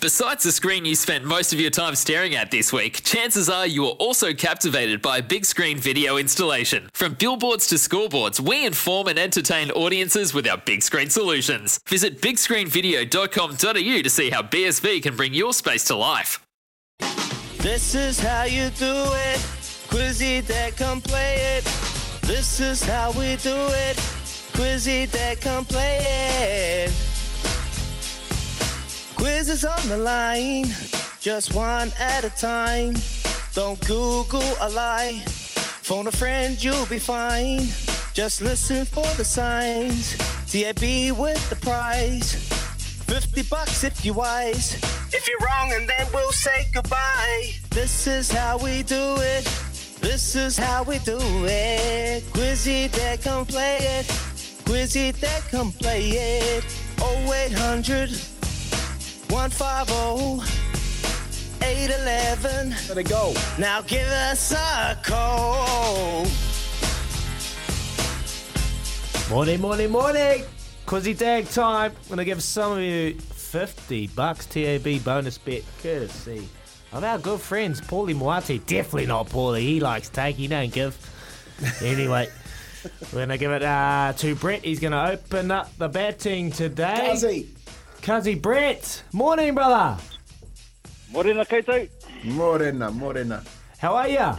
Besides the screen you spent most of your time staring at this week, chances are you were also captivated by a big screen video installation. From billboards to scoreboards, we inform and entertain audiences with our big screen solutions. Visit bigscreenvideo.com.au to see how BSV can bring your space to life. This is how you do it. Quizzy that come play it. This is how we do it. Quizzy that come play it. Quiz is on the line, just one at a time. Don't Google a lie. Phone a friend, you'll be fine. Just listen for the signs. TAB with the prize. 50 bucks if you're wise. If you're wrong, and then we'll say goodbye. This is how we do it. This is how we do it. Quizzy that come play it. Quizzy that come play it. Oh, 0800 150 811. Let it go. Now give us a call. Morning, morning, morning. Quizzy tag time. I'm going to give some of you 50 bucks TAB bonus bet courtesy of our good friends, Paulie Moate. Definitely not Paulie. He likes take, he don't give. Anyway, we're going to give it uh, to Brett. He's going to open up the batting today. Fuzzy. Cuzzy Brett. Morning, brother. Morena koutou. Morena, morena. How are you?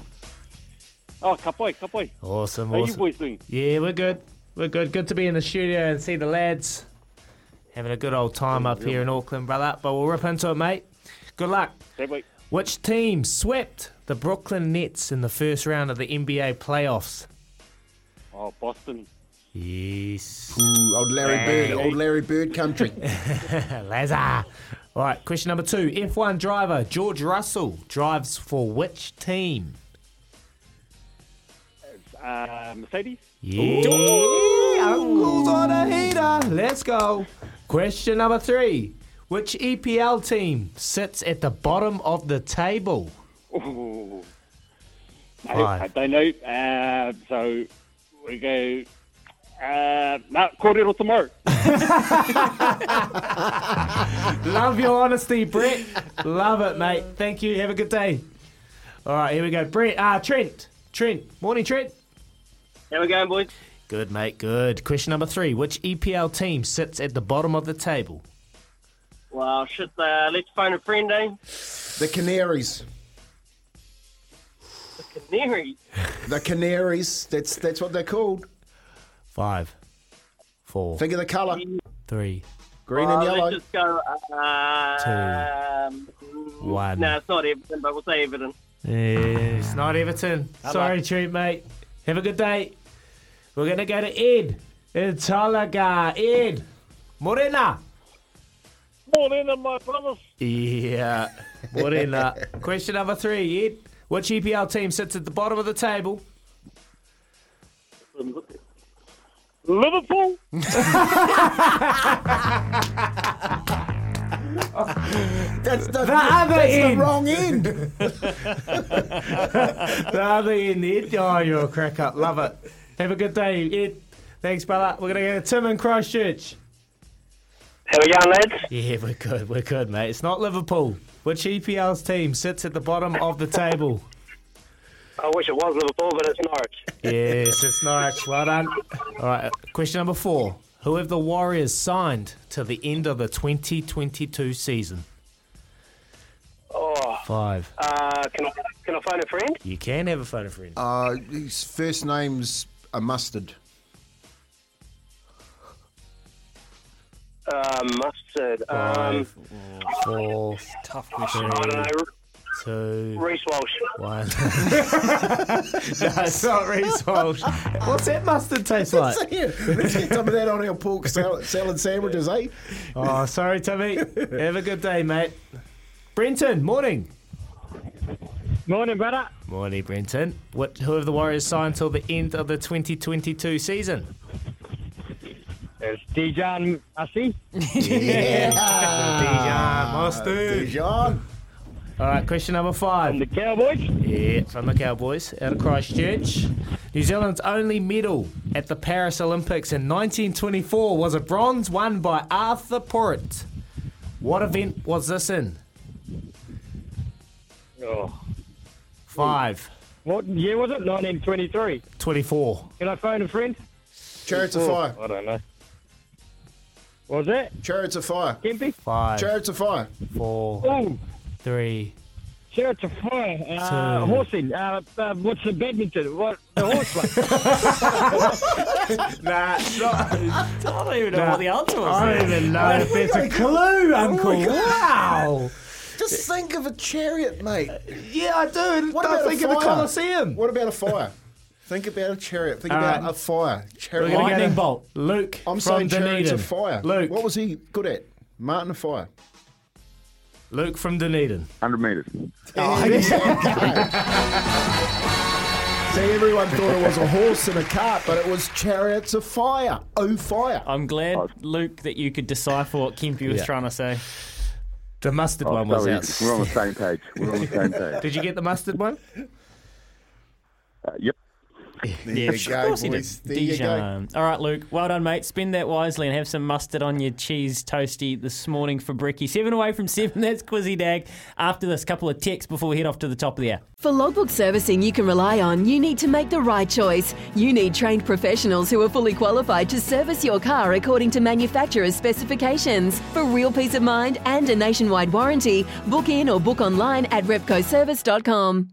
Oh, kapoi, kapoi. Awesome, How are you awesome. boys doing? Yeah, we're good. We're good. Good to be in the studio and see the lads. Having a good old time up here in Auckland, brother. But we'll rip into it, mate. Good luck. Hey, Which team swept the Brooklyn Nets in the first round of the NBA playoffs? oh, Boston. Yes. Ooh, old Larry Bird, old Larry Bird country. Lazar. All right, question number two. F1 driver George Russell drives for which team? Uh, Mercedes. Yeah. Uncle's on a heater. Let's go. Question number three. Which EPL team sits at the bottom of the table? Ooh. No, Five. I don't know. Uh, so we go. Uh, Mount Kōrero tomorrow. Love your honesty, Brett. Love it, mate. Thank you. Have a good day. All right, here we go. Brett, ah, Trent. Trent. Morning, Trent. How we going, boys? Good, mate. Good. Question number three. Which EPL team sits at the bottom of the table? Well, shit. Uh, let's phone a friend, eh? The Canaries. Canary. The Canaries. That's that's what they're called. Five, four, Think of the colour. three, Green and yellow. just go. uh, um, one. no, it's not Everton, but we'll say Everton. It's not Everton. Sorry, Trent, mate. Have a good day. We're going to go to Ed. Ed Talaga. Ed. Morena. Morena, my brothers. Yeah. Morena. Question number three, Ed. Which EPL team sits at the bottom of the table? Liverpool. That's the, The other the end. wrong end. the other end, Ed. Oh, you're a crack up. Love it. Have a good day, Ed. Thanks, brother. We're going to go to Tim in Christchurch. How we going, lads? Yeah, we're good. We're good, mate. It's not Liverpool. Which EPL's team sits at the bottom of the table? I wish it was Liverpool, but it's Norwich. Yes, it's Norwich. Well done. All right, question number four. Who have the Warriors signed to the end of the 2022 season? Oh, Five. uh, can I can I phone a friend? You can have a photo friend. Uh, his first name's a mustard. Uh, mustard. Um, Five, four, tough question. I don't know. Two, Reese Walsh. one. no, it's not Reese Walsh. What's that mustard taste like? So, yeah, let's get some of that on our pork salad, salad sandwiches, eh? Oh, sorry, Timmy. Have a good day, mate. Brenton, morning. Morning, brother. Morning, Brenton. What, who have the Warriors signed till the end of the 2022 season? It's Dijon Massey. Dijon Mustard. Dijon. Ah, All right, question number from five. the Cowboys. Yeah, from the Cowboys out of Christchurch. New Zealand's only medal at the Paris Olympics in 1924 was a bronze won by Arthur Porritt. What event was this in? Oh. Five, What year was it? 1923. 24. Can I phone a friend? Chariots of Fire. I don't know. What was that? Chariots of Fire. Kempy? Five, Chariots of Fire. four, Oh, three. sure, it's a fire. Uh, Two. horsing. Uh, uh, what's the badminton? What? The horse one. Nah, I don't even know what the answer was. I there. don't even know if there's a clue, Uncle. wow. Just think of a chariot, mate. Yeah, I do. What I about a think of the fire? Colosseum. What about a fire? think about a chariot. Think All about right. a fire. Chariot. We're gonna go Lightning to bolt. Luke from I'm saying chariots Dunedin. of fire. Luke. What was he good at? Martin of Fire. Luke from Dunedin. 100 metres. See, everyone thought it was a horse and a cart, but it was chariots of fire. Oh, fire. I'm glad, Luke, that you could decipher what Kempy was Yeah. trying to say. The mustard one was Sorry, out. we're on the same page. We're on the same page. Did you get the mustard one? Uh, yep. There Yeah, you of go, course he did. boys. There you go. Dijon. All right, Luke. Well done, mate. Spend that wisely and have some mustard on your cheese toasty this morning for Bricky. Seven away from seven. That's Quizzy Dag. After this, couple of texts before we head off to the top of the hour. For logbook servicing you can rely on, you need to make the right choice. You need trained professionals who are fully qualified to service your car according to manufacturer's specifications. For real peace of mind and a nationwide warranty, book in or book online at repcoservice.com.